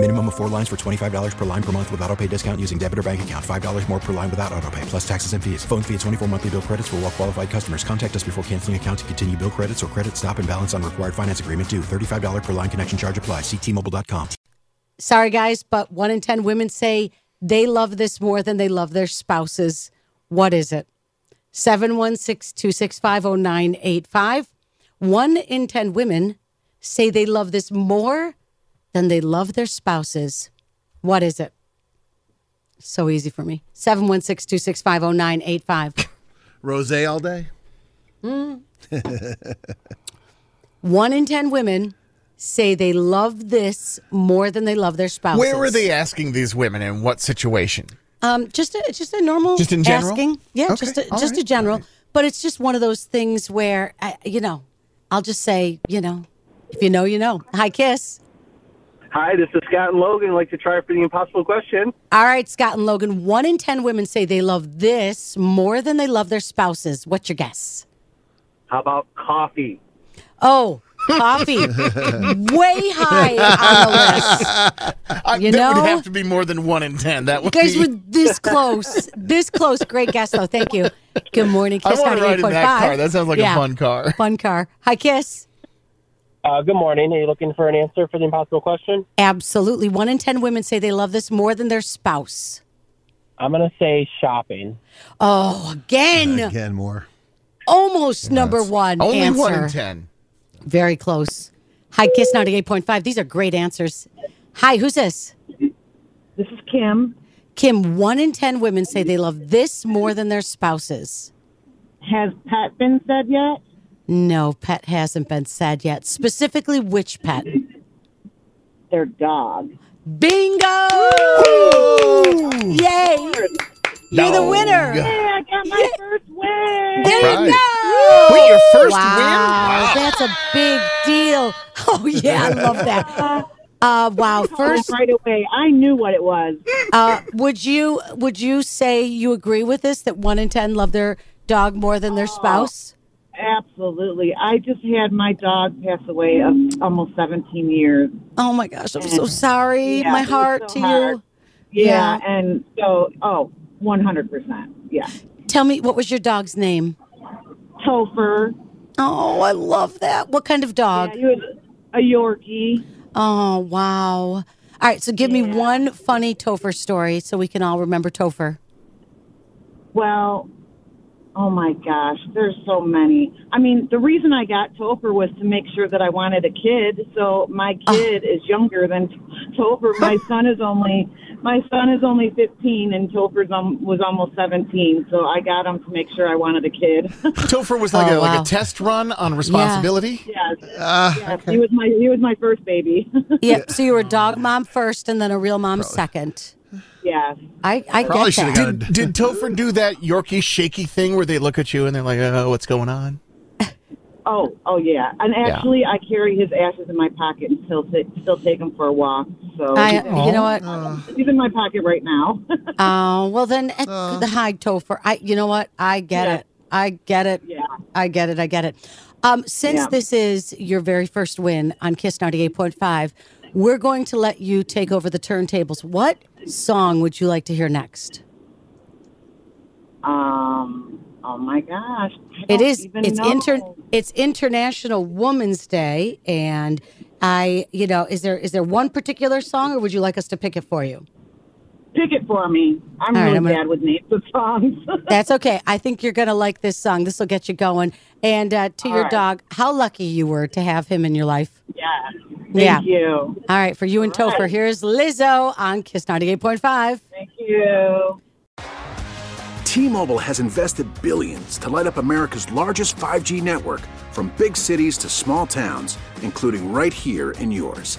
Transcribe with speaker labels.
Speaker 1: Minimum of four lines for $25 per line per month with auto pay discount using debit or bank account. $5 more per line without auto pay, plus taxes and fees. Phone fee at 24 monthly bill credits for all well qualified customers. Contact us before canceling account to continue bill credits or credit stop and balance on required finance agreement due. $35 per line connection charge apply. Ctmobile.com.
Speaker 2: Sorry, guys, but one in 10 women say they love this more than they love their spouses. What is it? 716 265 0985. One in 10 women say they love this more than they love their spouses. What is it? So easy for me. 716 265 0985.
Speaker 3: Rose all day?
Speaker 2: One in 10 women say they love this more than they love their spouses.
Speaker 3: Where were they asking these women in what situation?
Speaker 2: Um, just a, just a normal
Speaker 3: Just in general?
Speaker 2: asking. Yeah,
Speaker 3: Okay,
Speaker 2: just a,
Speaker 3: all
Speaker 2: just a
Speaker 3: right,
Speaker 2: general.
Speaker 3: all right.
Speaker 2: But it's just one of those things where I, you know, I'll just say, you know, if you know, you know. Hi, kiss.
Speaker 4: Hi, this is Scott and Logan. I'd like to try for the impossible question.
Speaker 2: All right, Scott and Logan. One in ten women say they love this more than they love their spouses. What's your guess?
Speaker 4: How about coffee?
Speaker 2: Oh, coffee, way high on the list.
Speaker 3: I,
Speaker 2: You
Speaker 3: that
Speaker 2: know?
Speaker 3: would have to be more than one in ten. That
Speaker 2: You
Speaker 3: would
Speaker 2: guys
Speaker 3: be-
Speaker 2: were this close, this close. Great guess, though. Thank you. Good morning,
Speaker 3: I
Speaker 2: Kiss.
Speaker 3: want to ride in
Speaker 2: 98.5.
Speaker 3: that car. That sounds like
Speaker 2: Yeah,
Speaker 3: a fun car.
Speaker 2: Fun car. Hi, Kiss.
Speaker 4: Uh, good morning. Are you looking for an answer for the impossible question?
Speaker 2: Absolutely. One in 10 women say they love this more than their spouse.
Speaker 4: I'm going to say shopping.
Speaker 2: Oh, again,
Speaker 5: Again, more.
Speaker 2: almost number one
Speaker 3: Only
Speaker 2: answer.
Speaker 3: one in ten.
Speaker 2: Very close. Hi, Kiss 98.5. These are great answers. Hi, who's this?
Speaker 6: This is Kim.
Speaker 2: Kim, one in 10 women say they love this more than their spouses.
Speaker 6: Has Pat been said yet?
Speaker 2: No, pet hasn't been said yet. Specifically, which pet?
Speaker 6: Their dog.
Speaker 2: Bingo! Yay! You're the
Speaker 3: Dog.
Speaker 2: winner!
Speaker 6: Hey, I got my first win.
Speaker 2: There
Speaker 3: Right.
Speaker 2: you go!
Speaker 3: Wait, your first win?
Speaker 2: wow, that's a big deal. Oh yeah, I love that. Uh, wow. First,
Speaker 6: right away. I knew what it was.
Speaker 2: uh, would you would you say you agree with this that one in ten love their dog more than their spouse?
Speaker 6: Absolutely. I just had my dog pass away of almost 17 years.
Speaker 2: Oh my gosh, I'm so sorry.
Speaker 6: Yeah,
Speaker 2: my
Speaker 6: it was
Speaker 2: heart
Speaker 6: so
Speaker 2: to
Speaker 6: hard.
Speaker 2: you.
Speaker 6: Yeah,
Speaker 2: Yeah.
Speaker 6: and so, oh, 100%. Yeah.
Speaker 2: Tell me, what was your dog's name?
Speaker 6: Topher.
Speaker 2: Oh, I love that. What kind of dog?
Speaker 6: Yeah, he was a Yorkie.
Speaker 2: Oh wow. All right, so give me one funny Topher story so we can all remember Topher.
Speaker 6: Well, oh my gosh, there's so many. I mean, the reason I got Topher was to make sure that I wanted a kid. So my kid is younger than Topher. My son is only my son is only 15, and Topher's um, was almost 17. So I got him to make sure I wanted a kid.
Speaker 3: Topher was like,
Speaker 2: Oh,
Speaker 3: a, like
Speaker 2: wow.
Speaker 3: a test run on responsibility.
Speaker 6: yes, yes. he was my he was my first baby.
Speaker 2: Yep. So you were a dog mom first and then a real mom second.
Speaker 6: yes.
Speaker 2: I, I
Speaker 5: Probably
Speaker 2: get
Speaker 5: should
Speaker 2: that.
Speaker 5: have got
Speaker 3: Did, did Topher do that Yorkie shaky thing where they look at you and they're like, "Oh, what's going on?"
Speaker 6: Oh, oh yeah. And actually, I carry his ashes in my pocket and still t- still take him for a walk. So
Speaker 2: I, you know what? Oh,
Speaker 6: he's in my pocket right now.
Speaker 2: well then, eh, the hide Topher. I, you know what? I get
Speaker 6: Yeah.
Speaker 2: it. I get it.
Speaker 6: Yeah.
Speaker 2: I get it. I get it. Um, since
Speaker 6: Yeah.
Speaker 2: this is your very first win on Kiss ninety eight point five, we're going to let you take over the turntables. What song would you like to hear next?
Speaker 6: Um. Oh my gosh. I
Speaker 2: It
Speaker 6: don't
Speaker 2: is.
Speaker 6: even
Speaker 2: It's
Speaker 6: know.
Speaker 2: inter. It's International Women's Day, and I, you know, is there is there one particular song, or would you like us to pick it for you?
Speaker 6: Pick it for me. I'm
Speaker 2: All right,
Speaker 6: really
Speaker 2: I'm gonna-
Speaker 6: bad with names of songs.
Speaker 2: That's okay. I think you're going to like this song. This will get you going. And uh, to your
Speaker 6: right.
Speaker 2: dog, how lucky you were to have him in your life.
Speaker 6: yeah. Thank
Speaker 2: Yeah.
Speaker 6: you.
Speaker 2: All right, for you and
Speaker 6: All
Speaker 2: Topher,
Speaker 6: right.
Speaker 2: here's Lizzo on Kiss 98.5.
Speaker 6: Thank you.
Speaker 7: T-Mobile has invested billions to light up America's largest 5G network from big cities to small towns, including right here in yours.